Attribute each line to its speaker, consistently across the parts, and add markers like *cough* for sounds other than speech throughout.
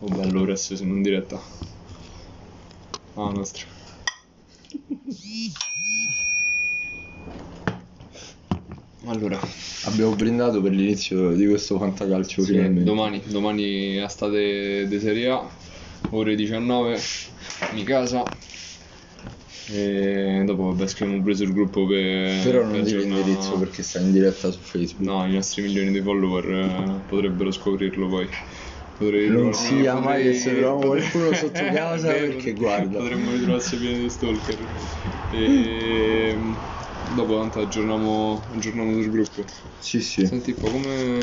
Speaker 1: Vabbè, allora se sono in diretta. Ah, nostra. Allora,
Speaker 2: Abbiamo brindato per l'inizio di questo fantacalcio finalmente.
Speaker 1: domani, domani a estate di Serie A, ore 19, mi casa. E dopo vabbè scriviamo pure sul gruppo per...
Speaker 2: Però non
Speaker 1: per
Speaker 2: dire
Speaker 1: aggiornare-
Speaker 2: l'indirizzo perché sta in diretta su Facebook.
Speaker 1: No, i nostri milioni di follower eh, potrebbero scoprirlo poi. Potrei
Speaker 2: Non
Speaker 1: ritrovarmi-
Speaker 2: sia mai che
Speaker 1: potrei-
Speaker 2: se troviamo
Speaker 1: potrei- *laughs*
Speaker 2: qualcuno sotto casa
Speaker 1: Eh,
Speaker 2: perché guarda.
Speaker 1: Potremmo ritrovarsi pieni di stalker. E dopo tanto aggiorniamo, aggiorniamo sul gruppo.
Speaker 2: Sì, sì.
Speaker 1: Senti un po' come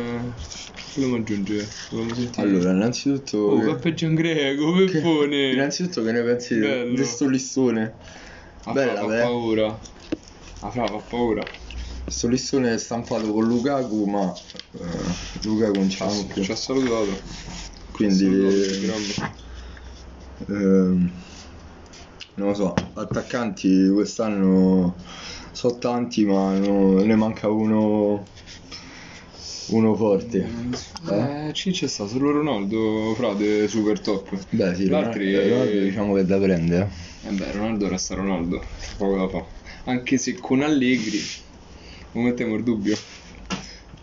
Speaker 1: vogliamo aggiungere? Vogliamo sentire.
Speaker 2: Allora, eh, innanzitutto
Speaker 1: Oh,
Speaker 2: che-
Speaker 1: Peppe Gian Greco, Peppone.
Speaker 2: innanzitutto che ne pensi di-
Speaker 1: Bello.
Speaker 2: di sto listone?
Speaker 1: Ah,
Speaker 2: bella,
Speaker 1: fa, fa
Speaker 2: beh.
Speaker 1: paura. Ah, fra, fa paura.
Speaker 2: Sto listone è stampato con Lukaku, ma eh, Lukaku non
Speaker 1: Ci
Speaker 2: c'è
Speaker 1: ha-
Speaker 2: più.
Speaker 1: Ci ha salutato.
Speaker 2: Quindi eh,
Speaker 1: Salutato,
Speaker 2: ehm, non lo so, attaccanti quest'anno so tanti, ma no- ne manca uno uno forte.
Speaker 1: Eh, ci c'è sta solo Ronaldo, frate, super top.
Speaker 2: Beh, sì,
Speaker 1: L'altri-
Speaker 2: Ronaldo- Ronaldo diciamo che è da prendere.
Speaker 1: E beh, Ronaldo resta Ronaldo, poco da fa. Anche se con Allegri lo mettiamo in dubbio.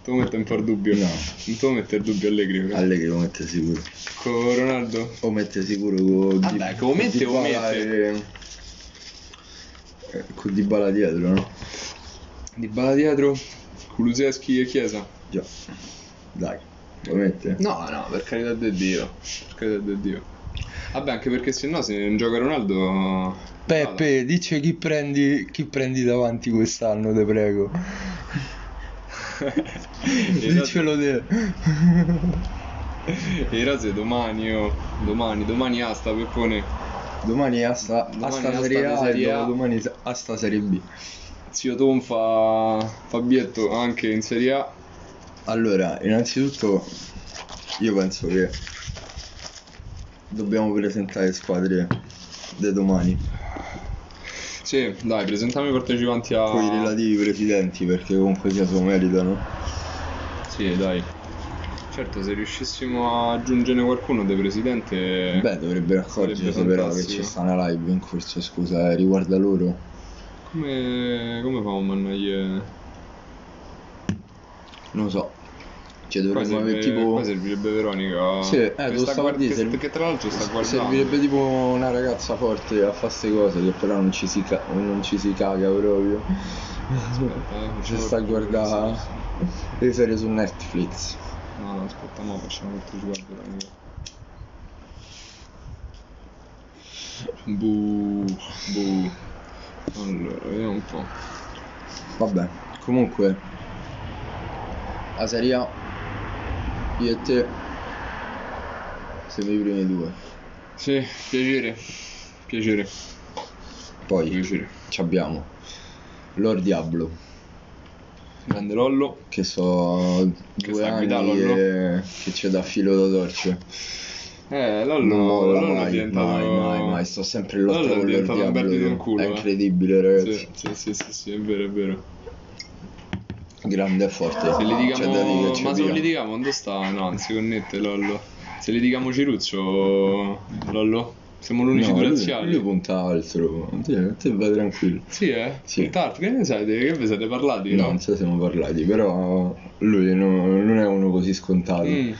Speaker 1: Tu metti un po' il dubbio.
Speaker 2: No.
Speaker 1: Non tu metti il dubbio Allegri, però.
Speaker 2: Allegri eh. lo mette sicuro.
Speaker 1: con Ronaldo.
Speaker 2: O mette sicuro con Di-
Speaker 1: Vabbè, che lo mette,
Speaker 2: Dybala
Speaker 1: lo mette.
Speaker 2: e- eh, Con Dybala dietro, no?
Speaker 1: Di Bala dietro, Kuluseschi e Chiesa.
Speaker 2: Già. Dai, lo mette.
Speaker 1: No, no, per carità di Dio. Per carità di Dio. Vabbè, anche perché se no, se non gioca *laughs* Ronaldo...
Speaker 2: Peppe, dice chi prendi, chi prendi davanti quest'anno, te prego. Dicelo te.
Speaker 1: E rose domani, oh. domani, domani asta Peppone.
Speaker 2: Domani asta,
Speaker 1: Domani
Speaker 2: asta
Speaker 1: asta
Speaker 2: Serie A
Speaker 1: Serie
Speaker 2: e
Speaker 1: A.
Speaker 2: dopodomani asta Serie B.
Speaker 1: Zio Tom fa Fabietto anche in Serie A.
Speaker 2: Allora, innanzitutto io penso che dobbiamo presentare le squadre di domani,
Speaker 1: Sì, dai, presentiamo i partecipanti a...
Speaker 2: con i relativi presidenti perché comunque sia se lo meritano.
Speaker 1: Sì, dai. Certo, se riuscissimo a aggiungere qualcuno del presidente...
Speaker 2: Beh, dovrebbero accorgersi però che
Speaker 1: Eh. fantastico.
Speaker 2: c'è sta una live in corso, scusa, eh, riguarda loro.
Speaker 1: Come, come fa un mannaie?
Speaker 2: Non lo so. Cioè
Speaker 1: Qua
Speaker 2: dovremmo
Speaker 1: serve-
Speaker 2: avere tipo...
Speaker 1: qua servirebbe Veronica.
Speaker 2: Sì, eh,
Speaker 1: Che
Speaker 2: lo
Speaker 1: sta
Speaker 2: stavo
Speaker 1: guard-
Speaker 2: a dire,
Speaker 1: che-
Speaker 2: serve-
Speaker 1: Che tra l'altro sta guardando.
Speaker 2: Servirebbe tipo una ragazza forte a fare queste cose che però non ci si, ca- non ci si caga proprio.
Speaker 1: Aspetta, eh,
Speaker 2: Ci
Speaker 1: facciamo
Speaker 2: sta a
Speaker 1: il giro,
Speaker 2: guardare
Speaker 1: sì,
Speaker 2: le serie su Netflix.
Speaker 1: sì. No, no, aspetta, mo facciamo tutto sguardo Veronica. Buh, buh. Allora, vediamo un po'.
Speaker 2: Vabbè, comunque la Serie A io e te siamo i primi due.
Speaker 1: Sì, piacere. Piacere,
Speaker 2: Poi
Speaker 1: piacere.
Speaker 2: ci abbiamo Lord Diablo
Speaker 1: Grande Lollo.
Speaker 2: che so
Speaker 1: Che
Speaker 2: due
Speaker 1: sta a
Speaker 2: anni
Speaker 1: guidare, Lollo.
Speaker 2: e- che c'è da filo da torcere.
Speaker 1: Eh,
Speaker 2: No,
Speaker 1: Lollo,
Speaker 2: no,
Speaker 1: Lollo
Speaker 2: mai,
Speaker 1: è diventato...
Speaker 2: mai, mai, mai, sto sempre in lotta
Speaker 1: Lollo è
Speaker 2: con Lord
Speaker 1: diventato un
Speaker 2: Diablo,
Speaker 1: perdito in culo,
Speaker 2: è
Speaker 1: eh.
Speaker 2: incredibile ragazzi,
Speaker 1: Sì, sì, sì, sì, sì, è vero, è vero.
Speaker 2: grande e forte,
Speaker 1: Se
Speaker 2: C'è da
Speaker 1: litigamo,
Speaker 2: dire, c'è
Speaker 1: ma se
Speaker 2: via.
Speaker 1: litigamo, dove sta? No, non si connette Lollo. Se litigamo Ciruzzo, Lollo, siamo l'unici
Speaker 2: No,
Speaker 1: razziali.
Speaker 2: lui, lui punta altro, te, te vai tranquillo,
Speaker 1: Sì, eh? Sì.
Speaker 2: Sì.
Speaker 1: che ne sai? Che vi siete parlati?
Speaker 2: no, non so se siamo parlati, però lui no- non è uno così scontato,
Speaker 1: Mm.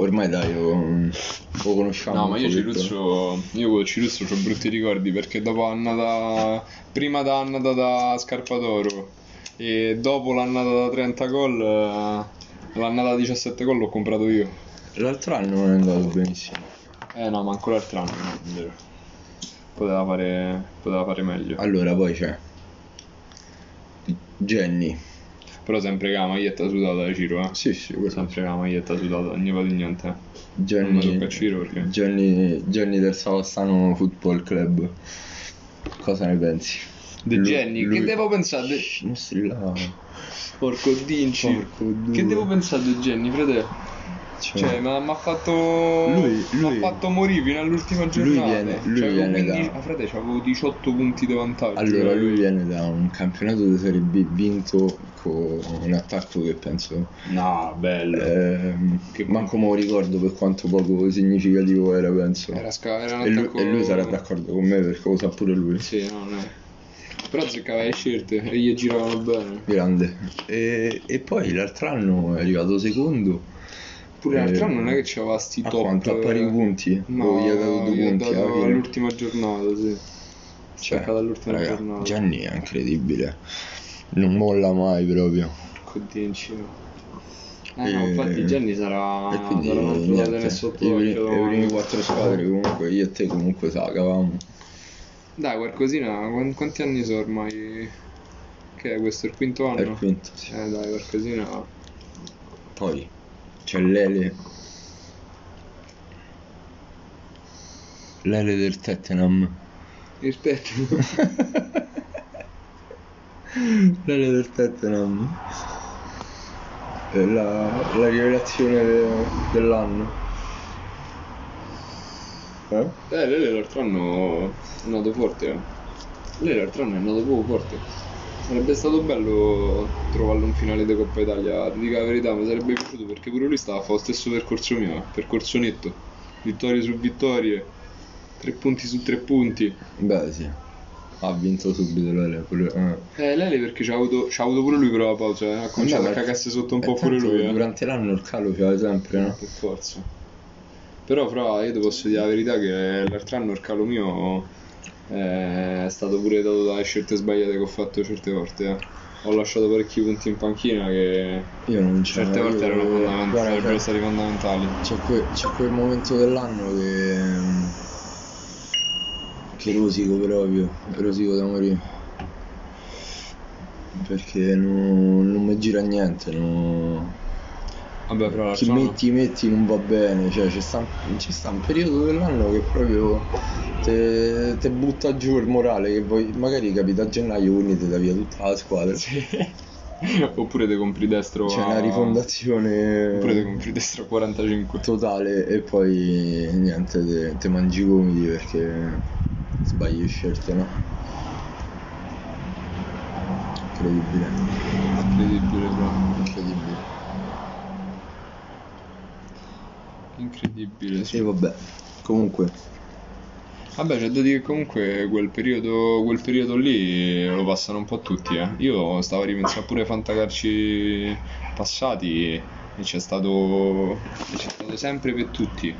Speaker 2: ormai dai lo, lo conosciamo
Speaker 1: No,
Speaker 2: un
Speaker 1: ma io
Speaker 2: pochetto.
Speaker 1: Ciruzzo, io con Ciruzzo ho brutti ricordi perché dopo annata, prima da annata da Scarpadoro e dopo l'annata da 30 gol, eh, l'annata da 17 gol l'ho comprato io.
Speaker 2: L'altro anno non è andato benissimo,
Speaker 1: Eh no, ma ancora l'altro anno, no, è vero. Poteva fare, poteva fare meglio.
Speaker 2: allora poi c'è Jenny,
Speaker 1: Però sempre con la maglietta sudata eh, Ciro, eh.
Speaker 2: sì sì, quello
Speaker 1: Sempre con la maglietta sudata, non gli vado di niente. eh. Non mi
Speaker 2: Gianni,
Speaker 1: tocca a Ciro perché.
Speaker 2: Gianni, Gianni del Savastano Football Club. Cosa ne pensi?
Speaker 1: De
Speaker 2: Lu-
Speaker 1: Genni,
Speaker 2: lui-
Speaker 1: che devo pensare? De...
Speaker 2: Shh, Non strillare.
Speaker 1: Porco Dinci.
Speaker 2: Porco due.
Speaker 1: Che devo pensare di Genni, frate?
Speaker 2: Cioè,
Speaker 1: Cioè, ma mi ha fatto.
Speaker 2: Lui- lui-
Speaker 1: M'ha fatto morire fino all'ultima giornata.
Speaker 2: viene- lui
Speaker 1: C'avevo
Speaker 2: viene da-
Speaker 1: 15 ah, frate, c'avevo 18 punti di vantaggio. Eh,
Speaker 2: Allora, lui viene da un campionato di Serie B vinto con un attacco che penso
Speaker 1: No, bello.
Speaker 2: ehm,
Speaker 1: Che-
Speaker 2: manco me lo ricordo per quanto poco significativo era, penso.
Speaker 1: Era, sca- era un
Speaker 2: e, lui,
Speaker 1: attacco-
Speaker 2: e lui sarà d'accordo con me perché lo sa pure lui.
Speaker 1: Sì, no, no. Però azzeccava le scelte e gli giravano bene.
Speaker 2: Grande. E, e poi l'altro anno è arrivato secondo.
Speaker 1: Pure
Speaker 2: Eh,
Speaker 1: l'altro anno non è che c'aveva sti
Speaker 2: A
Speaker 1: top. eh,
Speaker 2: quanto? A pari punti?
Speaker 1: No,
Speaker 2: O gli ha dato due
Speaker 1: gli ha
Speaker 2: punti
Speaker 1: dato
Speaker 2: alla fine?
Speaker 1: all'ultima giornata, sì.
Speaker 2: Cioè,
Speaker 1: Staccato all'ultima
Speaker 2: raga,
Speaker 1: giornata.
Speaker 2: Gianni è incredibile. Non molla mai proprio.
Speaker 1: Codì in cima. Eh,
Speaker 2: E-
Speaker 1: no, infatti Gianni sarà
Speaker 2: e quindi
Speaker 1: sarà un altro
Speaker 2: niente,
Speaker 1: padre sotto
Speaker 2: i, primi,
Speaker 1: occhio
Speaker 2: i primi
Speaker 1: domani.
Speaker 2: quattro squadre comunque io e te comunque sagavamo
Speaker 1: Dai, qualcosina, quan- quanti anni sono ormai? Che è questo, il quinto
Speaker 2: è il
Speaker 1: anno?
Speaker 2: quinto sì.
Speaker 1: Eh dai, qualcosina.
Speaker 2: poi c'è l'Ele l'Ele del Tottenham
Speaker 1: Il
Speaker 2: *laughs*
Speaker 1: tetto.
Speaker 2: l'Ele del Tottenham è la, la rivelazione de- dell'anno eh?
Speaker 1: Eh, lei l'altro anno è nato forte, eh. Lei l'altro anno è nato proprio forte. Sarebbe stato bello trovarlo in finale di Coppa Italia, ti dico la verità, mi sarebbe piaciuto perché pure lui stava a fare lo stesso percorso mio, eh, percorso netto. Vittorie su vittorie, tre punti su tre punti.
Speaker 2: beh sì ha vinto subito l'Ele pure eh.
Speaker 1: Eh, Lele perché c'ha avuto, c'ha avuto pure lui però la pausa, eh. ha cominciato
Speaker 2: Vabbè,
Speaker 1: a
Speaker 2: ma-
Speaker 1: cagarsi sotto un
Speaker 2: Eh,
Speaker 1: po' pure
Speaker 2: tanto
Speaker 1: lui, eh.
Speaker 2: Durante l'anno il calo piove sempre, no?
Speaker 1: Per forza. Però, fra, io ti posso dire la verità che l'altro anno il calo mio eh, è stato pure dato dalle scelte sbagliate che ho fatto certe volte. eh. Ho lasciato parecchi punti in panchina che eh,
Speaker 2: Io non c'ero.
Speaker 1: certe volte erano fondamentali,
Speaker 2: Guarda, cioè
Speaker 1: sarebbero
Speaker 2: c'è-
Speaker 1: stati fondamentali.
Speaker 2: c'è, que- c'è quel momento dell'anno che. che rosico proprio, rosico da morire. Perché no- non mi gira niente, no-
Speaker 1: Vabbè, però
Speaker 2: Chi
Speaker 1: l'altro anno...
Speaker 2: metti, metti non va bene, cioè c'è sta, c'è sta un periodo dell'anno che proprio te, te butta giù il morale, che poi magari capita a gennaio quindi ti dà via tutta la squadra.
Speaker 1: *laughs* Oppure te compri destro
Speaker 2: C'è
Speaker 1: a-
Speaker 2: una rifondazione
Speaker 1: Oppure te compri destro a 45.
Speaker 2: totale e poi niente, te, te mangi i gomiti perché sbagli scelte, no? Incredibile,
Speaker 1: Incredibile, fra.
Speaker 2: incredibile.
Speaker 1: Incredibile, sì.
Speaker 2: E vabbè, comunque,
Speaker 1: Vabbè, c'è da dire che comunque quel periodo, quel periodo lì lo passano un po' tutti, eh. Io stavo a ripensare pure ai fantacarci passati e c'è stato, e c'è stato sempre per tutti.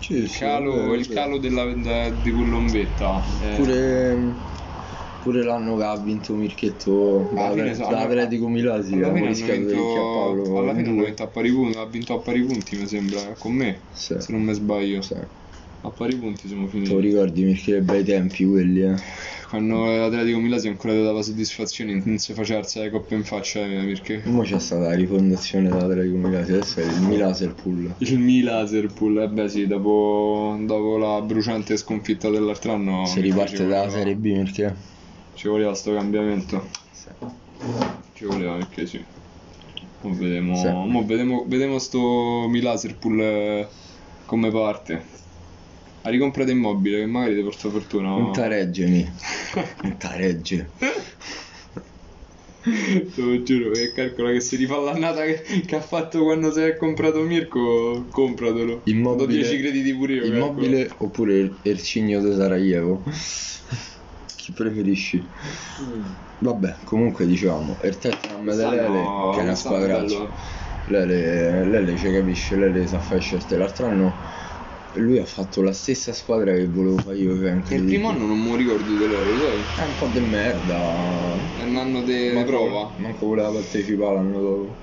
Speaker 2: Sì,
Speaker 1: Il
Speaker 2: sì,
Speaker 1: calo,
Speaker 2: vabbè,
Speaker 1: il
Speaker 2: sì.
Speaker 1: calo della, da- di quell'ombetta. eh.
Speaker 2: Pure, pure l'anno che ha vinto Mirchetto
Speaker 1: Alla
Speaker 2: da,
Speaker 1: fine
Speaker 2: da
Speaker 1: so- alla-
Speaker 2: Atletico Milasi,
Speaker 1: alla
Speaker 2: la
Speaker 1: fine hanno
Speaker 2: morisca di
Speaker 1: vinto-
Speaker 2: Chiapaolo,
Speaker 1: alla fine hanno
Speaker 2: due.
Speaker 1: vinto a pari punti, ha vinto a pari punti, mi sembra, eh, con me,
Speaker 2: Sì,
Speaker 1: se non mi sbaglio.
Speaker 2: sì.
Speaker 1: A pari punti siamo
Speaker 2: Te lo
Speaker 1: finiti.
Speaker 2: ricordi Mirchetto, bei tempi quelli, eh?
Speaker 1: Quando l'Atletico Milasi ancora ti dava soddisfazione, non si faceva alzare le coppe in faccia, eh, perché...
Speaker 2: Mo c'è stata la rifondazione della Telecom Milasi, adesso è il Milaserpool.
Speaker 1: Il Milaserpool, eh beh sì, dopo, dopo la bruciante sconfitta dell'altro anno
Speaker 2: si riparte
Speaker 1: ci voleva-
Speaker 2: dalla Serie B perché?
Speaker 1: Ci voleva sto cambiamento, ci voleva perché sì. Mo vedemo,
Speaker 2: Sì.
Speaker 1: mo vedemo, vedemo sto Milaserpool eh, come parte. Ha ricomprato immobile che magari ti porta fortuna. ma-
Speaker 2: Un tareggemi. Un taregge.
Speaker 1: *laughs* Te lo giuro, che calcola che se rifà l'annata che, che ha fatto quando si è comprato Mirko, compratelo. Do 10 crediti pure io. calcola.
Speaker 2: Immobile
Speaker 1: ecco.
Speaker 2: oppure il- Ercigno de Sarajevo.
Speaker 1: *laughs*
Speaker 2: Chi preferisci?
Speaker 1: Mm.
Speaker 2: Vabbè, comunque diciamo, il Tottenham da Lele,
Speaker 1: Quest'anno-
Speaker 2: che è una
Speaker 1: quest'anno
Speaker 2: squadraccia.
Speaker 1: bello.
Speaker 2: Lele, Lele ci capisce, Lele sa fare scelte. L'altro anno lui ha fatto la stessa squadra che volevo fare io. cioè, Che è
Speaker 1: Il
Speaker 2: incredibile.
Speaker 1: primo anno non mi ricordo di loro, sai?
Speaker 2: È un po' di merda.
Speaker 1: È un anno di
Speaker 2: Manco-
Speaker 1: prova.
Speaker 2: Manco voleva partecipare l'anno dopo.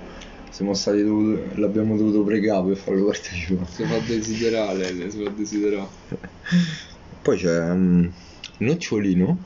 Speaker 2: Siamo stati dovuti, l'abbiamo dovuto pregare per farlo partecipare.
Speaker 1: Si fa desiderare, Lele, si fa desiderare.
Speaker 2: Poi c'è mm, Nocciolino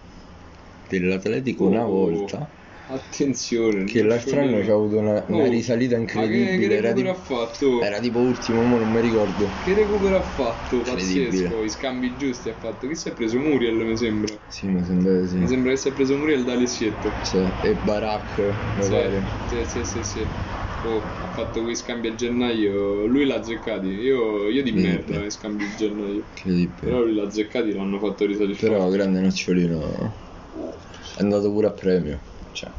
Speaker 2: dell'Atletico una
Speaker 1: Oh.
Speaker 2: volta.
Speaker 1: Attenzione.
Speaker 2: Che
Speaker 1: non
Speaker 2: l'altro anno
Speaker 1: c'ho
Speaker 2: c'ha avuto una, una
Speaker 1: Oh,
Speaker 2: risalita
Speaker 1: Ma che,
Speaker 2: incredibile.
Speaker 1: che
Speaker 2: era,
Speaker 1: recupero
Speaker 2: tipo,
Speaker 1: ha fatto?
Speaker 2: era tipo ultimo, ma non mi ricordo.
Speaker 1: Che recupero ha fatto? Pazzesco,
Speaker 2: Incredibile.
Speaker 1: i scambi giusti ha fatto. Chi si è preso Muriel, mi sembra.
Speaker 2: Sì, mi sembra di
Speaker 1: Mi
Speaker 2: sì.
Speaker 1: sembra che si è preso Muriel da Alessietto.
Speaker 2: Sì, E Barak, mi
Speaker 1: Sì,
Speaker 2: pare.
Speaker 1: sì, sì, sì, sì. oh, ha fatto quei scambi a gennaio, lui l'ha azzeccati, io, io di
Speaker 2: Vedi,
Speaker 1: merda
Speaker 2: beh.
Speaker 1: eh, scambi a gennaio. Però
Speaker 2: Incredibile.
Speaker 1: lui l'ha azzeccati, l'hanno fatto risalire.
Speaker 2: Però grande nocciolino è andato pure a premio. Cioè,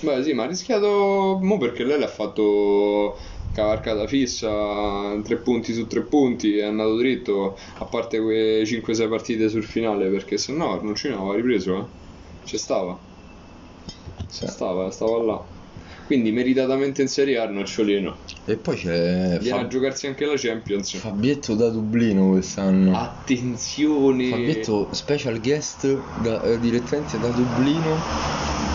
Speaker 1: Beh sì, ma ha rischiato mo perché lei l'ha fatto cavarcata fissa, tre punti su tre punti, è andato dritto, a parte quelle 5-6 partite sul finale, perché se no Arnoncino aveva ripreso, eh. Ci stava, ci
Speaker 2: sì.
Speaker 1: stava, stava là. Quindi meritatamente in Serie A Arnocciolino.
Speaker 2: E poi c'è
Speaker 1: Viene a
Speaker 2: Fab-
Speaker 1: giocarsi anche la Champions.
Speaker 2: Fabietto da Dublino
Speaker 1: Ah,
Speaker 2: quest'anno.
Speaker 1: Attenzione!
Speaker 2: Fabietto special guest da- eh, direttamente da Dublino.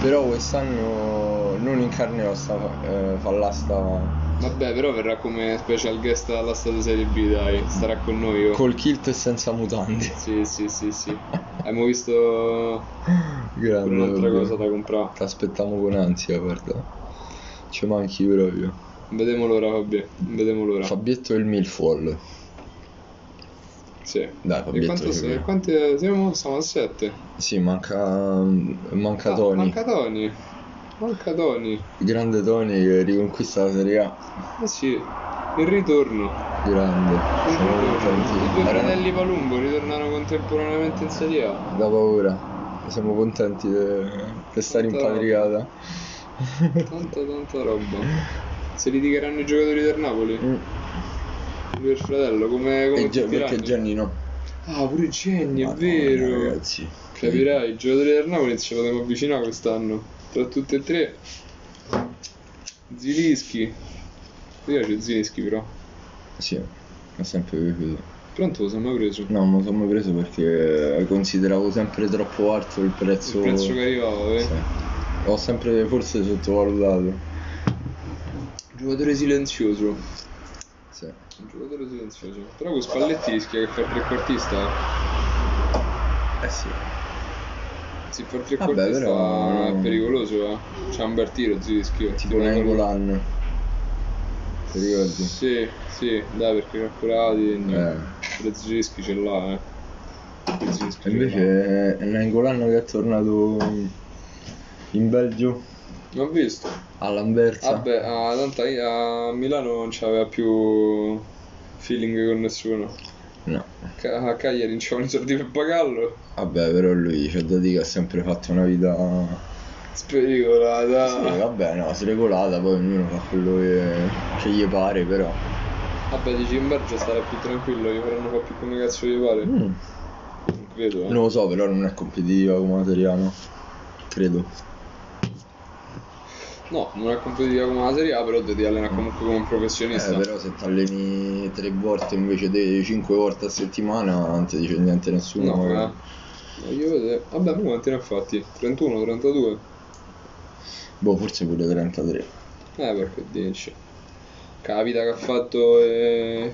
Speaker 2: Però quest'anno non incarnerò sta eh, fallasta
Speaker 1: Vabbè, però verrà come special guest alla di Serie B, dai, starà con noi. oh.
Speaker 2: col kilt e senza mutande.
Speaker 1: Sì, sì, sì, sì. Abbiamo visto
Speaker 2: Grande.
Speaker 1: un'altra
Speaker 2: proprio.
Speaker 1: cosa da comprare.
Speaker 2: Ti aspettiamo con ansia, guarda. Ci manchi proprio.
Speaker 1: Vediamo l'ora, Fabio. Vediamo l'ora.
Speaker 2: Fabietto e il Milfoil.
Speaker 1: Sì.
Speaker 2: Dai,
Speaker 1: E
Speaker 2: Fabietto.
Speaker 1: quanto
Speaker 2: ci
Speaker 1: sei-
Speaker 2: vediamo.
Speaker 1: quanti siamo? Siamo a 7.
Speaker 2: Sì, manca, manca Tony.
Speaker 1: Manca Tony. Manca Tony.
Speaker 2: Grande Tony che riconquista la Serie A.
Speaker 1: Eh sì, il ritorno.
Speaker 2: Grande.
Speaker 1: Il
Speaker 2: Siamo
Speaker 1: ritorno. I
Speaker 2: contenti.
Speaker 1: due
Speaker 2: Era-
Speaker 1: fratelli Palumbo ritornano contemporaneamente in Serie A.
Speaker 2: Da paura. Siamo contenti di stare in
Speaker 1: Tanta roba.
Speaker 2: patriata.
Speaker 1: Tanta, tanta roba. Si litigheranno i giocatori del Napoli.
Speaker 2: Mm.
Speaker 1: Lui e il fratello, come, come
Speaker 2: E Ge-
Speaker 1: tutti gli
Speaker 2: perché
Speaker 1: anni.
Speaker 2: Gianni no.
Speaker 1: Ah, pure Genni, è
Speaker 2: Madonna,
Speaker 1: vero.
Speaker 2: Ragazzi.
Speaker 1: Capirai, Cioè, i giocatori del Napoli ci potremo avvicinare quest'anno. Tra tutti e tre, Zilischi. Mi piace Zilischi, però.
Speaker 2: Sì, mi è sempre piaciuto.
Speaker 1: Pronto, lo siamo preso.
Speaker 2: No, ma sono preso perché consideravo sempre troppo alto il prezzo.
Speaker 1: Il prezzo che arrivava, eh.
Speaker 2: Sì. L'ho sempre forse sottovalutato.
Speaker 1: Giocatore silenzioso.
Speaker 2: Sì.
Speaker 1: Un giocatore silenzioso. Però con Spalletti rischia che fa il trequartista.
Speaker 2: Eh sì.
Speaker 1: Se fa il trequartista
Speaker 2: però-
Speaker 1: è pericoloso, eh. C'ha un bel tiro Zilischi. eh.
Speaker 2: Tipo Nengolan. Ti ricordi?
Speaker 1: Sì, sì, dai, perché calcolati.
Speaker 2: Eh.
Speaker 1: Però Zilischi ce l'ha, eh. Zilischi ce
Speaker 2: E invece è Nengolan che è tornato in Belgio
Speaker 1: l'ha. Ho visto.
Speaker 2: all'Anversa.
Speaker 1: Vabbè, a, tanto a Milano non c'aveva più feeling con nessuno.
Speaker 2: No.
Speaker 1: Ca- A Cagliari non c'avevano i soldi per pagarlo.
Speaker 2: Vabbè, però lui c'è da dire che ha sempre fatto una vita.
Speaker 1: Spericolata.
Speaker 2: Sì, vabbè, no, si è regolata, poi ognuno fa quello che, che gli pare, però.
Speaker 1: Vabbè, dici in Belgio starà più tranquillo, gli faranno fa più come cazzo gli pare.
Speaker 2: Mm.
Speaker 1: Non credo, eh.
Speaker 2: Non lo so, però non è competitiva come materia, no? Credo.
Speaker 1: No, non è competitiva come la Serie A, però ti allena comunque come un professionista.
Speaker 2: Mm. Eh, però se ti alleni tre volte invece di cinque volte a settimana non ti dice niente nessuno.
Speaker 1: No, eh.
Speaker 2: magari.
Speaker 1: Voglio vedere. Vabbè, ma quanti ne ha fatti? 31, 32?
Speaker 2: Boh, forse pure 33.
Speaker 1: Eh, perché dici? Capita che ha fatto eh,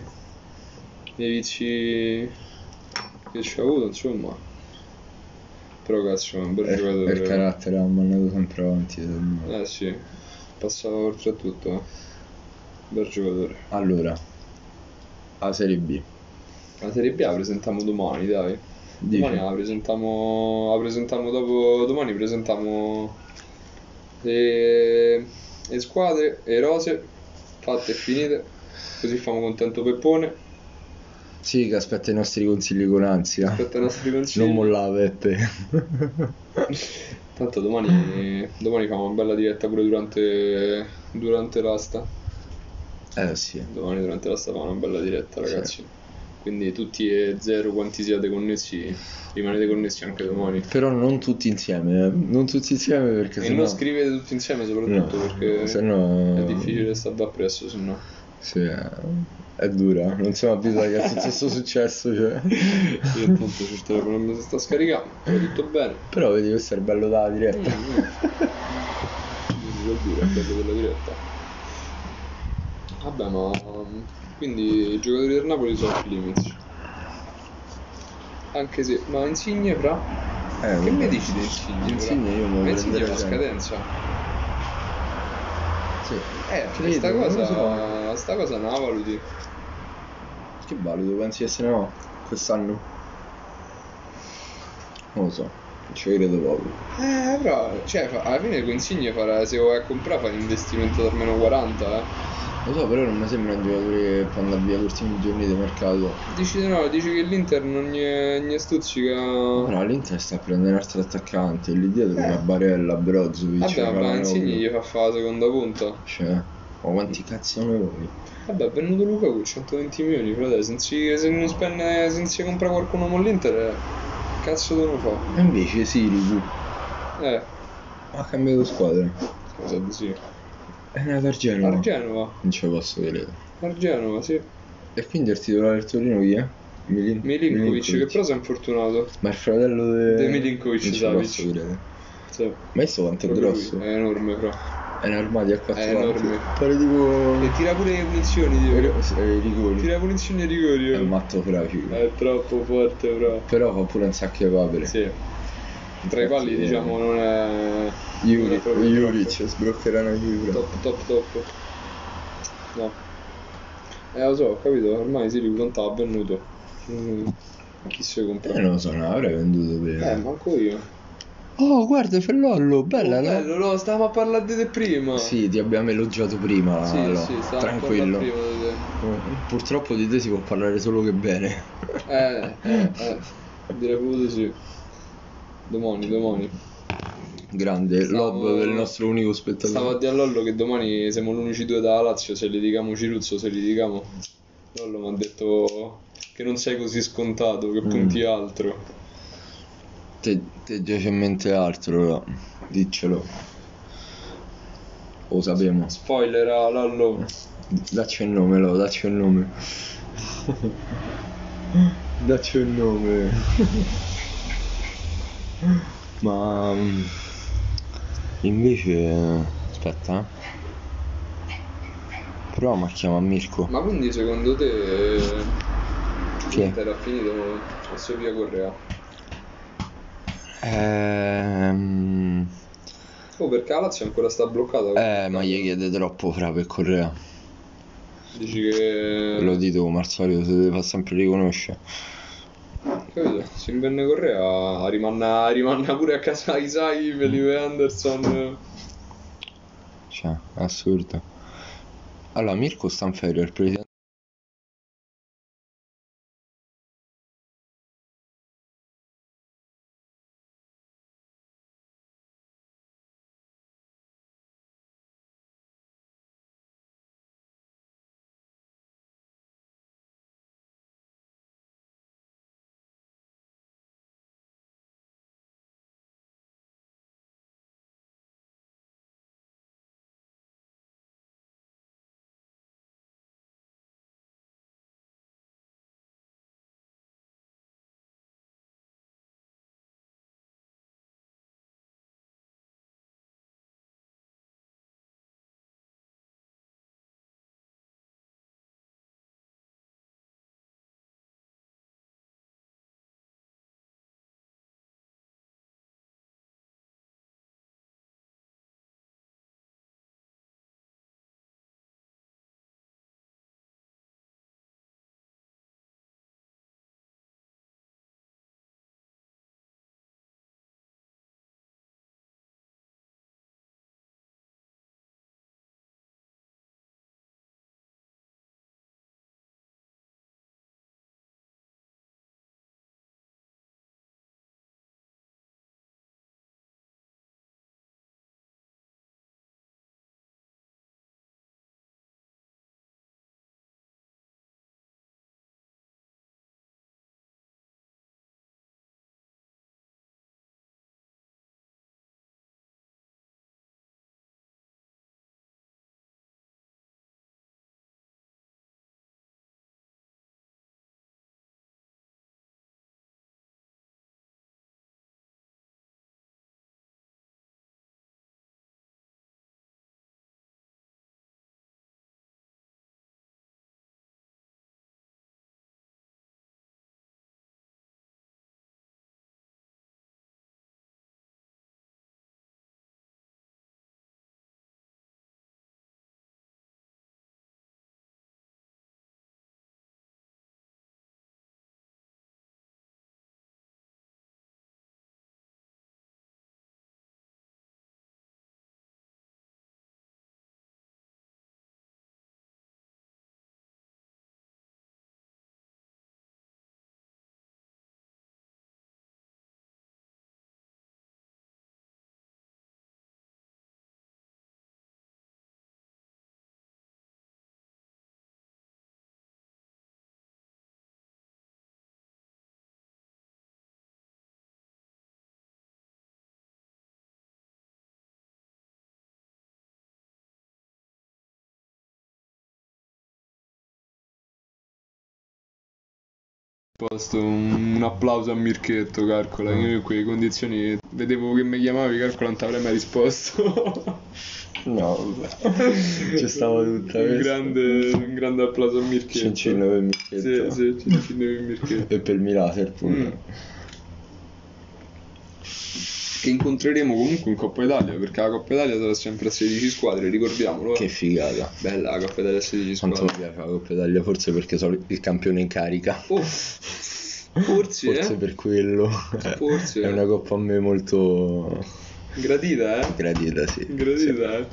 Speaker 1: i vizi che ci ha avuto, insomma. Però cazzo, è un bel
Speaker 2: Per,
Speaker 1: giocatore.
Speaker 2: Eh, per carattere ha mandato sempre avanti. secondo me.
Speaker 1: Eh sì, passava oltre a tutto. eh. Bel giocatore.
Speaker 2: Allora, la Serie B.
Speaker 1: La Serie B la presentiamo domani, dai.
Speaker 2: Dici?
Speaker 1: Domani la presentiamo, la presentiamo dopo, domani presentiamo le, le squadre, le rose, fatte e finite, così famo contento Peppone.
Speaker 2: Sì, che aspetta i nostri consigli con ansia.
Speaker 1: Aspetta i nostri consigli.
Speaker 2: Non mollava Peppe.
Speaker 1: Tanto domani, domani facciamo una bella diretta pure durante, durante l'asta.
Speaker 2: eh sì.
Speaker 1: Domani durante l'asta facciamo una bella diretta,
Speaker 2: Sì.
Speaker 1: ragazzi. Quindi tutti e zero quanti siate connessi, rimanete connessi anche domani.
Speaker 2: Però non tutti insieme, eh. non tutti insieme perché
Speaker 1: E
Speaker 2: sennò...
Speaker 1: non scrivete tutti insieme
Speaker 2: No,
Speaker 1: soprattutto perché
Speaker 2: sennò...
Speaker 1: è difficile stare appresso, se
Speaker 2: *laughs*
Speaker 1: no.
Speaker 2: Sì, eh, è dura, non siamo abituati a tutto questo successo, cioè.
Speaker 1: Io intanto sul telefono non mi si sta scaricando, però tutto bene.
Speaker 2: Però vedi questo è il bello della diretta.
Speaker 1: Mm. Non si può dire, è bello della diretta. Vabbè, ma um, quindi i giocatori del Napoli sono off limits. Anche se, ma Insigne, fra?
Speaker 2: Eh,
Speaker 1: Che mi dici di Insigne? fra?
Speaker 2: Insigne io me lo
Speaker 1: Ma Insigne è
Speaker 2: prenderei
Speaker 1: una
Speaker 2: sempre.
Speaker 1: scadenza.
Speaker 2: Sì.
Speaker 1: Eh,
Speaker 2: Credo,
Speaker 1: sta
Speaker 2: non lo
Speaker 1: cosa, sta cosa non la valuti.
Speaker 2: Che valuto, pensi che se ne va quest'anno? Non lo so, ci credo proprio.
Speaker 1: Eh, però, cioè, fa- alla fine consiglio farà, se lo vai a comprare, fa un investimento da almeno 40, eh.
Speaker 2: Lo so, però non mi sembra un giocatore che può andare via gli ultimi giorni di mercato.
Speaker 1: Dici di no, dici che l'Inter non gli, gli stuzzica...
Speaker 2: Ora l'Inter sta prendendo un altro attaccante, lì dietro
Speaker 1: Eh.
Speaker 2: una barella, Brozovic,
Speaker 1: Vabbè, ma Insigne
Speaker 2: Calhanoglu.
Speaker 1: gli fa fare la seconda punta.
Speaker 2: Cioè, ma quanti cazzo ne vuoi?
Speaker 1: Vabbè, è venuto Lukaku, 120 milioni, però dai, se, si- se non spende, se non si compra qualcuno con l'Inter, eh, cazzo tu non fa?
Speaker 2: E invece Sirigu
Speaker 1: Eh,
Speaker 2: ha cambiato squadra.
Speaker 1: cosa così.
Speaker 2: È andato al Genoa.
Speaker 1: Al Genova,
Speaker 2: Non ce lo posso credere.
Speaker 1: al Genova, sì.
Speaker 2: E quindi il titolare del Torino chi è? Milin-
Speaker 1: Milinkovic, che però si è infortunato.
Speaker 2: Ma il fratello de...
Speaker 1: De Milinkovic,
Speaker 2: Non ce
Speaker 1: Savic.
Speaker 2: lo posso credere.
Speaker 1: Sì,
Speaker 2: Ma questo quanto è
Speaker 1: proprio
Speaker 2: grosso?
Speaker 1: lui. È enorme, però.
Speaker 2: È un armadio a quattro
Speaker 1: È enorme.
Speaker 2: lati. Pare tipo...
Speaker 1: E tira pure le punizioni, tipo.
Speaker 2: Eh, I rigori.
Speaker 1: Tira punizioni e rigori,
Speaker 2: È un
Speaker 1: eh.
Speaker 2: matto fracico.
Speaker 1: È troppo forte, però.
Speaker 2: Però fa pure un sacco di papere.
Speaker 1: Sì. Tra i palli, diciamo, non è... non è
Speaker 2: Yuri,
Speaker 1: proprio
Speaker 2: Yuri,
Speaker 1: troppo.
Speaker 2: ci sbloccheranno Yuri.
Speaker 1: Top, top, top. No. Eh, lo so, ho capito, ormai si ricontava avvenuto. Mm. Chi se lo compra?
Speaker 2: Io Eh, non lo so, no, avrei venduto per...
Speaker 1: Eh, manco io.
Speaker 2: Oh, guarda Fellollo, bella,
Speaker 1: Oh,
Speaker 2: no?
Speaker 1: bello, no, stavamo a parlare di te prima.
Speaker 2: Sì, ti abbiamo elogiato prima,
Speaker 1: sì,
Speaker 2: allora,
Speaker 1: sì, stavamo
Speaker 2: tranquillo. Mm,
Speaker 1: a parlare prima di te.
Speaker 2: Purtroppo di te si può parlare solo che bene.
Speaker 1: Eh, eh, eh. Direi proprio di sì. Domani, domani.
Speaker 2: Grande,
Speaker 1: Stavo-
Speaker 2: Lob è il nostro unico spettatore.
Speaker 1: Stavo a dire a Lollo che domani siamo l'unici due da Lazio, se litigamo Ciruzzo, se litigamo. Lollo mi ha detto che non sei così scontato,
Speaker 2: Mm.
Speaker 1: che punti altro.
Speaker 2: Te, te già c'è in mente altro, no? Diccelo. Lo sappiamo.
Speaker 1: Spoiler a Lollo.
Speaker 2: Dacci il nome, Lo, dacci il nome. dacci il nome. Ma... mm, Invece... Aspetta. eh. Proviamo a chiamare Mirko.
Speaker 1: Ma quindi secondo te
Speaker 2: Chi è?
Speaker 1: l'Inter ha finito a Sofia Correa?
Speaker 2: Ehm...
Speaker 1: Oh, perché la Lazio ancora sta bloccata.
Speaker 2: Eh, ma gli chiede troppo fra per Correa.
Speaker 1: Dici che...
Speaker 2: Lo dito come al solito, se deve fa sempre riconoscere.
Speaker 1: Capito? Se invenne Correa rimanna, rimanna pure a casa Isai, Felipe
Speaker 2: Mm.
Speaker 1: Anderson.
Speaker 2: Cioè, è assurdo. Allora, Mirko Stanferio, il presidente.
Speaker 1: Posto un, un applauso a Mirchetto, calcola, che io in quelle condizioni vedevo che mi chiamavi, calcola, non ti avrei mai
Speaker 2: *laughs*
Speaker 1: risposto.
Speaker 2: No, vabbè. Ci stava tutta
Speaker 1: un
Speaker 2: questa.
Speaker 1: grande, un grande applauso a Mirchetto.
Speaker 2: Cincillo per
Speaker 1: Sì,
Speaker 2: Mirchetto.
Speaker 1: sì, Cincillo per Mirchetto.
Speaker 2: E per Milaser pure.
Speaker 1: Mm. Che incontreremo comunque in Coppa Italia, perché la Coppa Italia sarà sempre a 16 squadre, ricordiamolo. eh.
Speaker 2: Che figata.
Speaker 1: Bella la Coppa Italia a 16
Speaker 2: Quanto
Speaker 1: squadre.
Speaker 2: mi piace la Coppa Italia, forse perché sono il campione in carica.
Speaker 1: Oh, forse,
Speaker 2: Forse
Speaker 1: eh?
Speaker 2: per quello.
Speaker 1: Forse.
Speaker 2: È una coppa a me molto
Speaker 1: Gradita, eh?
Speaker 2: gradita, sì.
Speaker 1: Gradita, eh?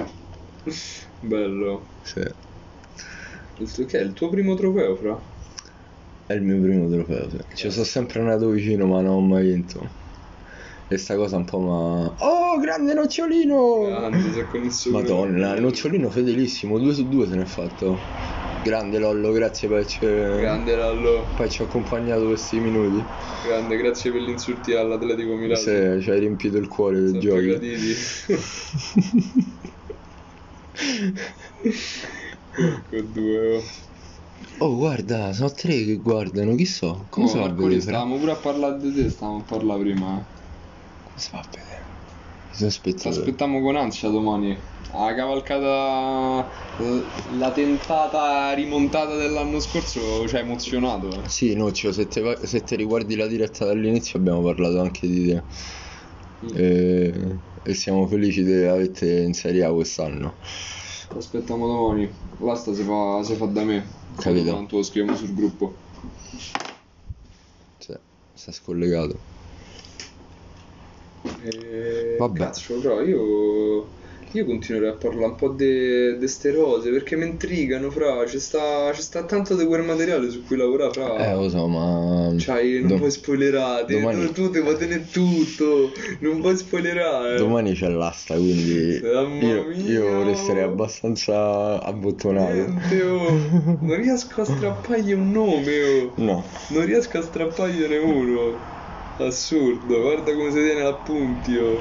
Speaker 1: Bello.
Speaker 2: Sì, sì.
Speaker 1: Il tuo, che è il tuo primo trofeo, fra?
Speaker 2: È il mio primo trofeo, sì. Ci sono sempre andato vicino, ma non ho mai vinto. E sta cosa un po' ma... Oh, grande nocciolino!
Speaker 1: Grande, si è connesso pure-
Speaker 2: Madonna, il nocciolino fedelissimo, 2 su 2 se n'è fatto. Grande Lollo, grazie per aver
Speaker 1: Grande Lallo,
Speaker 2: poi ci ha accompagnato questi minuti.
Speaker 1: grande, grazie per gli insulti all'Atletico Milano.
Speaker 2: Se ci hai riempito il cuore del
Speaker 1: Sempre
Speaker 2: gioco. *laughs*
Speaker 1: graditi. Porco due, oh.
Speaker 2: Oh, guarda, sono tre che guardano, chi so? Come
Speaker 1: Oh,
Speaker 2: si va a
Speaker 1: Marconi,
Speaker 2: vedere? fra?
Speaker 1: Stavamo pure a parlare di te, stavamo a parlare prima.
Speaker 2: Come si va a vedere? Mi sono
Speaker 1: Ci
Speaker 2: aspettato.
Speaker 1: aspettiamo con ansia domani. La cavalcata, eh, la tentata rimontata dell'anno scorso ci ha emozionato. eh.
Speaker 2: Sì, Noccio, se te, va- se te riguardi la diretta dall'inizio abbiamo parlato anche di te.
Speaker 1: Mm.
Speaker 2: E, e siamo felici di averti in Serie A quest'anno.
Speaker 1: Ci aspettiamo domani. L'asta si fa, si fa da me.
Speaker 2: Capito.
Speaker 1: Tanto lo scriviamo sul gruppo.
Speaker 2: Cioè, sta scollegato.
Speaker 1: Eh,
Speaker 2: Vabbè.
Speaker 1: Cazzo, però io, io continuerei a parlare un po' di queste cose perché mi intrigano, fra. C'è sta, c'è sta tanto di quel materiale su cui lavorare, fra.
Speaker 2: Eh, lo so, ma...
Speaker 1: Ah. Cioè, non
Speaker 2: Dom-
Speaker 1: puoi spoilerare,
Speaker 2: domani-
Speaker 1: tu, tu ti puoi tenere tutto, non puoi spoilerare.
Speaker 2: Domani c'è l'asta, quindi
Speaker 1: Mamma
Speaker 2: io, io
Speaker 1: mia.
Speaker 2: resterei abbastanza abbottonato.
Speaker 1: Niente, oh. Non riesco a strappargli un nome, oh.
Speaker 2: No,
Speaker 1: Non riesco a strappargliene uno. Assurdo, guarda come si tiene l'appunti, oh.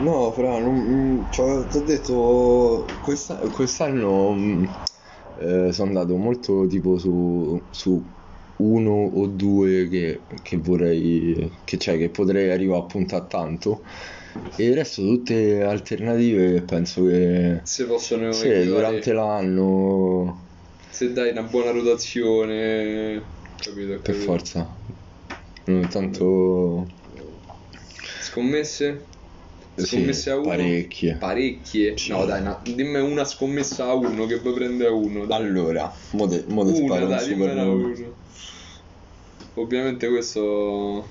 Speaker 2: no, fra, non, ti ho detto, questa- quest'anno mm, eh, sono andato molto tipo su, su uno o due che, che vorrei, che, cioè, che potrei arrivare appunto a tanto, e il resto tutte alternative che penso che,
Speaker 1: Se possono
Speaker 2: sì,
Speaker 1: migliorare,
Speaker 2: durante l'anno,
Speaker 1: se dai una buona rotazione, capito,
Speaker 2: per
Speaker 1: capito.
Speaker 2: forza, non tanto...
Speaker 1: Scommesse?
Speaker 2: Sì,
Speaker 1: Scommesse a uno?
Speaker 2: parecchie.
Speaker 1: Parecchie.
Speaker 2: Sì.
Speaker 1: No, dai, na- dimmi una scommessa a uno che poi prende a uno. Dai.
Speaker 2: Allora, mo te, mo te
Speaker 1: Una,
Speaker 2: sparo un
Speaker 1: dai, dimmene
Speaker 2: supernome.
Speaker 1: uno. Ovviamente questo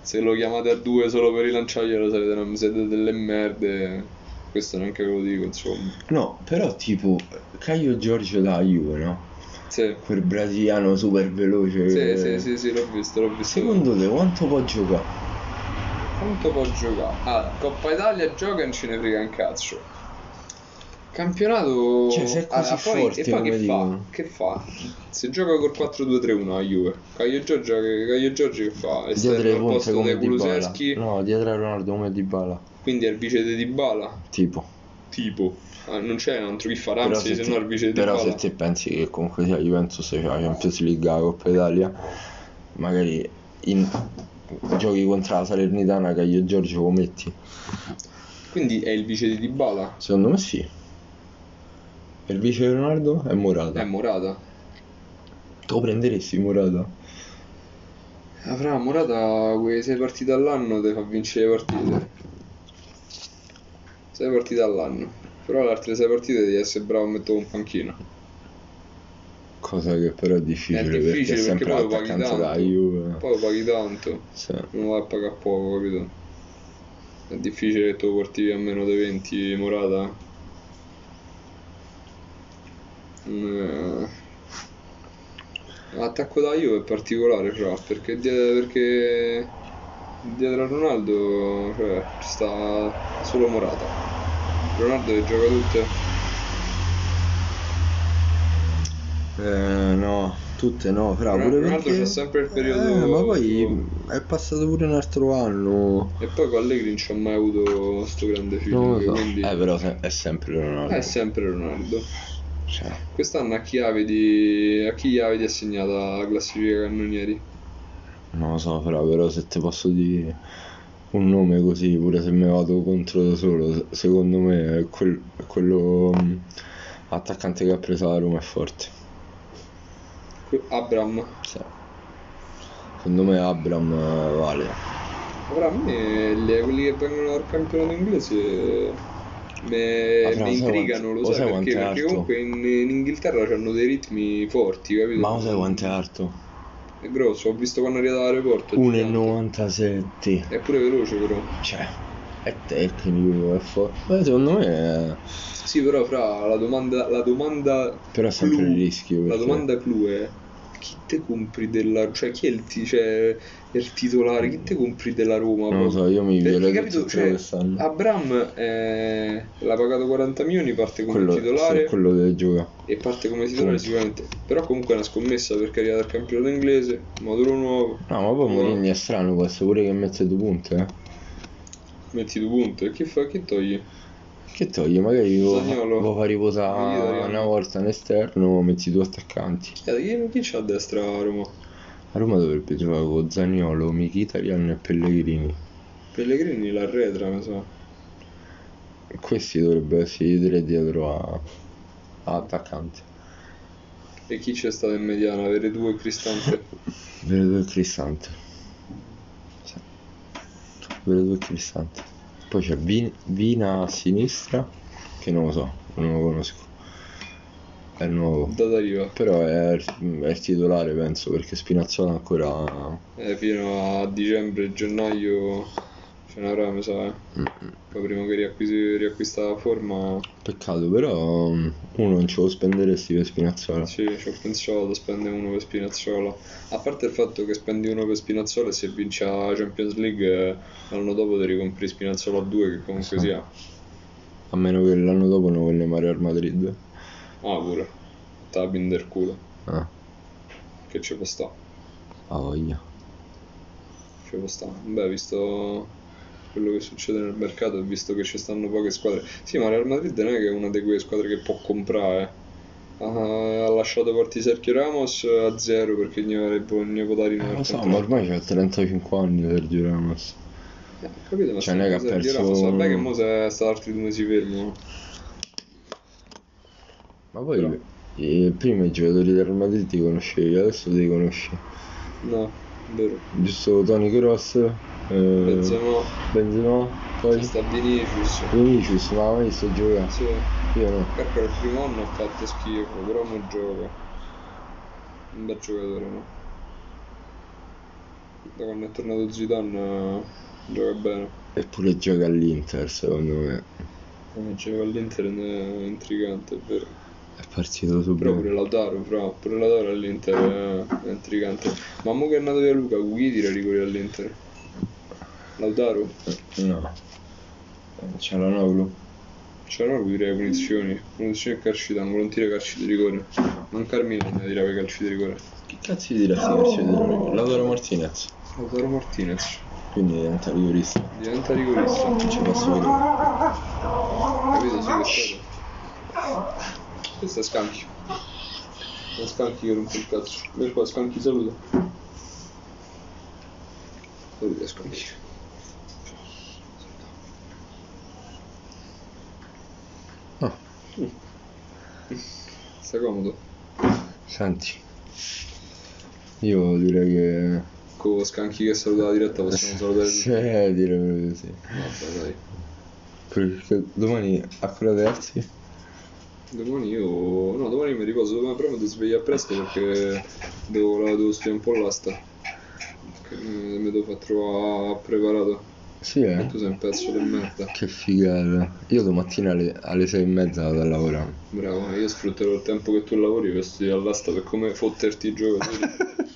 Speaker 1: se lo chiamate a due solo per rilanciarglielo sarete, una- siete delle merde. Questo neanche ve lo dico, insomma.
Speaker 2: No, però tipo Caio Giorgio da Juve, no?
Speaker 1: Sì.
Speaker 2: Quel brasiliano super veloce.
Speaker 1: Sì, sì, sì, sì, l'ho visto, l'ho visto.
Speaker 2: Eh. Secondo te quanto può giocare?
Speaker 1: Quanto può giocare? Ah, Coppa Italia gioca e non ce ne frega un cazzo. Campionato.
Speaker 2: Cioè, se è così
Speaker 1: Allora, poi-
Speaker 2: forte,
Speaker 1: e poi che
Speaker 2: come
Speaker 1: fa?
Speaker 2: dicono.
Speaker 1: Che fa? Se gioca col 4-2-3-1 a Juve, Caio Giorgio, Caio Giorgio che fa? È stato
Speaker 2: Dietro le
Speaker 1: al
Speaker 2: punte
Speaker 1: posto
Speaker 2: come
Speaker 1: di
Speaker 2: Di Bala.
Speaker 1: Kulusevski,
Speaker 2: No, dietro a Ronaldo come Di Bala.
Speaker 1: quindi è il vice di Dybala.
Speaker 2: Tipo.
Speaker 1: Tipo, Ah, non c'è un altro chi fa
Speaker 2: Però
Speaker 1: Ramsey, se
Speaker 2: te-
Speaker 1: no è il vice di
Speaker 2: però
Speaker 1: Dybala.
Speaker 2: se te pensi che comunque sia Juventus c'è la Champions League, la Coppa Italia, magari in... giochi contro la Salernitana Caio Giorgio lo metti.
Speaker 1: Quindi è il vice di Dybala.
Speaker 2: Secondo me sì. E il vice di Ronaldo è Morata.
Speaker 1: È Morata.
Speaker 2: Tu prenderesti Morata?
Speaker 1: Avrà Morata quelle 6 partite all'anno te fa vincere le partite. 6 partite all'anno. Però le altre 6 partite devi essere bravo a metterlo in panchina.
Speaker 2: Cosa che però è difficile,
Speaker 1: È difficile
Speaker 2: perché è
Speaker 1: perché
Speaker 2: sempre
Speaker 1: poi lo paghi
Speaker 2: l'attaccante da
Speaker 1: tanto.
Speaker 2: Juve.
Speaker 1: Poi lo paghi tanto,
Speaker 2: Sì.
Speaker 1: non vai a pagare poco, capito? È difficile che tu lo porti via a meno dei 20 Morata. eh. Non è- L'attacco da Juve è particolare, fra, perché dietro, perché dietro a Ronaldo cioè, ci sta solo Morata. Ronaldo che gioca tutte.
Speaker 2: Eh, no, tutte no, fra
Speaker 1: Ron-
Speaker 2: pure
Speaker 1: Ronaldo
Speaker 2: perché...
Speaker 1: c'ha sempre il periodo
Speaker 2: Eh, ma poi
Speaker 1: suo.
Speaker 2: è passato pure un altro anno.
Speaker 1: E poi con Allegri non c'ho mai avuto sto grande
Speaker 2: Non lo
Speaker 1: feeling,
Speaker 2: so.
Speaker 1: quindi...
Speaker 2: Eh, però se- è sempre Ronaldo.
Speaker 1: È sempre Ronaldo.
Speaker 2: Cioè,
Speaker 1: Quest'anno a chi Avedi, a chi Avedi è assegnata la classifica cannonieri?
Speaker 2: non lo so, però, però se ti posso dire un nome così, pure se me vado contro da solo, se- secondo me è quel- quello mm, attaccante che ha preso la Roma è forte.
Speaker 1: Que- Abram.
Speaker 2: Sì. Secondo me Abram eh, vale.
Speaker 1: Ora a me le- quelli che vengono dal campionato inglese me-
Speaker 2: Ah, però
Speaker 1: mi
Speaker 2: sai
Speaker 1: intrigano,
Speaker 2: quanto-
Speaker 1: lo
Speaker 2: lo
Speaker 1: sai
Speaker 2: sai
Speaker 1: perché?
Speaker 2: quanto è
Speaker 1: Perché
Speaker 2: alto?
Speaker 1: comunque in, in Inghilterra hanno dei ritmi forti, capito?
Speaker 2: Ma lo sai quanto è alto?
Speaker 1: È grosso, ho visto quando arriva all'aeroporto. è gigante.
Speaker 2: 1,97.
Speaker 1: È pure veloce però.
Speaker 2: Cioè, è tecnico, è forte. Beh, secondo me è...
Speaker 1: Sì, però fra la domanda la domanda
Speaker 2: Però è sempre
Speaker 1: clou-
Speaker 2: il rischio.
Speaker 1: la
Speaker 2: perché-
Speaker 1: domanda clou è chi te compri della cioè chi è il, ti- cioè, il titolare, chi te compri della Roma?
Speaker 2: Non lo
Speaker 1: proprio?
Speaker 2: so, io mi
Speaker 1: Perché,
Speaker 2: violerei
Speaker 1: capito,
Speaker 2: tutto
Speaker 1: cioè,
Speaker 2: quest'anno.
Speaker 1: Abram eh, l'ha pagato 40 milioni, parte come
Speaker 2: quello,
Speaker 1: titolare
Speaker 2: sì, quello che gioca.
Speaker 1: e parte come titolare
Speaker 2: Punto.
Speaker 1: sicuramente. Però comunque è una scommessa perché arriva dal campionato inglese, modulo nuovo,
Speaker 2: No, ma poi
Speaker 1: No.
Speaker 2: Mourinho è strano questo, pure che mette due punte, eh.
Speaker 1: metti due punti. E chi fa? Chi togli?
Speaker 2: Che toglie? Magari lo,
Speaker 1: Zaniolo.
Speaker 2: lo fa riposare
Speaker 1: Io, io.
Speaker 2: una volta in esterno, metti due attaccanti.
Speaker 1: Eh, Chi, chi c'ha a destra a Roma?
Speaker 2: A Roma dovrebbe giocare con Zaniolo, Mkhitaryan e Pellegrini.
Speaker 1: Pellegrini l'arretra, mi sa.
Speaker 2: Questi dovrebbero essere i tre dietro a, a attaccanti.
Speaker 1: E chi c'è stato in mediana? Avere due
Speaker 2: *laughs*
Speaker 1: cristante.
Speaker 2: Veretout e Cristante. Sì. Veretout e Cristante. Poi c'è Vin- Vina a sinistra, che non lo so, non lo conosco. È nuovo.
Speaker 1: Data arriva.
Speaker 2: Però è, è il titolare, penso, perché Spinazzola ancora...
Speaker 1: Eh, fino a dicembre, gennaio ce n'avrà, mi sa. Eh.
Speaker 2: Mm,
Speaker 1: Poi prima che riacquisi- riacquista la forma,
Speaker 2: Peccato, però mm, uno non ce lo spenderesti per Spinazzola.
Speaker 1: sì, ci ho pensato, spende uno per Spinazzola. A parte il fatto che spendi uno per Spinazzola e se vince la Champions League eh, l'anno dopo ti ricompri Spinazzola a due, che comunque
Speaker 2: Sì.
Speaker 1: sia.
Speaker 2: A meno che l'anno dopo non venne Real Madrid.
Speaker 1: Ah, pure. Tabin del culo,
Speaker 2: Ah,
Speaker 1: che ci può sta,
Speaker 2: ha voglia.
Speaker 1: ci può sta. Beh, visto... Quello che succede nel mercato, e visto che ci stanno poche squadre. Sì, ma Real Madrid non è che è una di quelle squadre che può comprare. Ha, ha lasciato Sergio Ramos a zero perché ne avrebbe ne può dare in
Speaker 2: Eh,
Speaker 1: un
Speaker 2: lo so,
Speaker 1: altro.
Speaker 2: ma ormai c'ha 35 anni Sergio Ramos.
Speaker 1: Eh, Capito, ma
Speaker 2: Cioè,
Speaker 1: sta
Speaker 2: non è che ha
Speaker 1: cosa di
Speaker 2: perso-
Speaker 1: Ramos, vabbè che mo se è stato altri due mesi fermo.
Speaker 2: Ma poi
Speaker 1: Però-
Speaker 2: i, i- prima i giocatori del Real Madrid ti conoscevi, adesso ti conosci.
Speaker 1: No, è vero.
Speaker 2: Giusto Toni Cross, eh,
Speaker 1: Benzema,
Speaker 2: Benzema,
Speaker 1: ci
Speaker 2: poi
Speaker 1: sta Vinicius.
Speaker 2: Vinicius, ma mai visto giocare?
Speaker 1: Sì,
Speaker 2: Io no.
Speaker 1: Carco il primo anno ha fatto schifo, però mo gioca. Un bel giocatore, no? Da quando è tornato Zidane eh, gioca bene.
Speaker 2: Eppure gioca all'Inter, secondo me. Eh.
Speaker 1: Come gioca all'Inter Cioè, è eh, intrigante, è vero.
Speaker 2: È partito subito.
Speaker 1: Però pure Lautaro, fra, pure Lautaro all'Inter eh, è intrigante. Ma mo che è andato via Luca, chi tira i rigori all'Inter? Lautaro?
Speaker 2: No. C'è la Noglu.
Speaker 1: Cioè no, lui tira le punizioni. Punizioni e calci d'angolo, non tira calci di rigore. Mancar Milan tirava i calci di rigore.
Speaker 2: Che cazzo di dirà sti calci di rigore? Lautaro Martinez.
Speaker 1: Lautaro Martinez
Speaker 2: Quindi diventa rigorista.
Speaker 1: diventa rigorista.
Speaker 2: Non ci posso vedere.
Speaker 1: Capito? Sì, questo è. Questo è Scanchi. È Scanchi che rompe il cazzo. Vieni qua, Scanchi, saluta. Saluta, Scanchi.
Speaker 2: Ah.
Speaker 1: Mm. Stai comodo.
Speaker 2: Senti. Io direi che...
Speaker 1: Con Scanchi che saluta la diretta possiamo salutare tutti.
Speaker 2: Sì, *laughs* direi proprio di sì.
Speaker 1: Vabbè, dai.
Speaker 2: Perché domani a quella terzi?
Speaker 1: Domani io... No, domani mi riposo, domani però mi devo svegliare presto perché devo, la, devo studiare un po' l'asta. Che mm, mi, mi devo far trovare preparato.
Speaker 2: Sì, eh.
Speaker 1: Tu sei un pezzo di merda.
Speaker 2: Che figata. Io domattina alle, alle sei e mezza vado a lavorare.
Speaker 1: Bravo, io sfrutterò il tempo che tu lavori per studiare l'asta per come fotterti i giocatori.
Speaker 2: *laughs*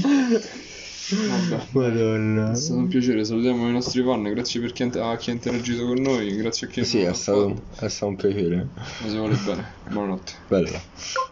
Speaker 1: Vabbè.
Speaker 2: Madonna.
Speaker 1: È stato un piacere, salutiamo i nostri fan, grazie per chi ha int- a chi ha interagito con noi, grazie a chi
Speaker 2: Sì,
Speaker 1: non
Speaker 2: è
Speaker 1: ha
Speaker 2: stato,
Speaker 1: fatto.
Speaker 2: è stato un piacere.
Speaker 1: Ma se vuole bene, buonanotte.
Speaker 2: Bella.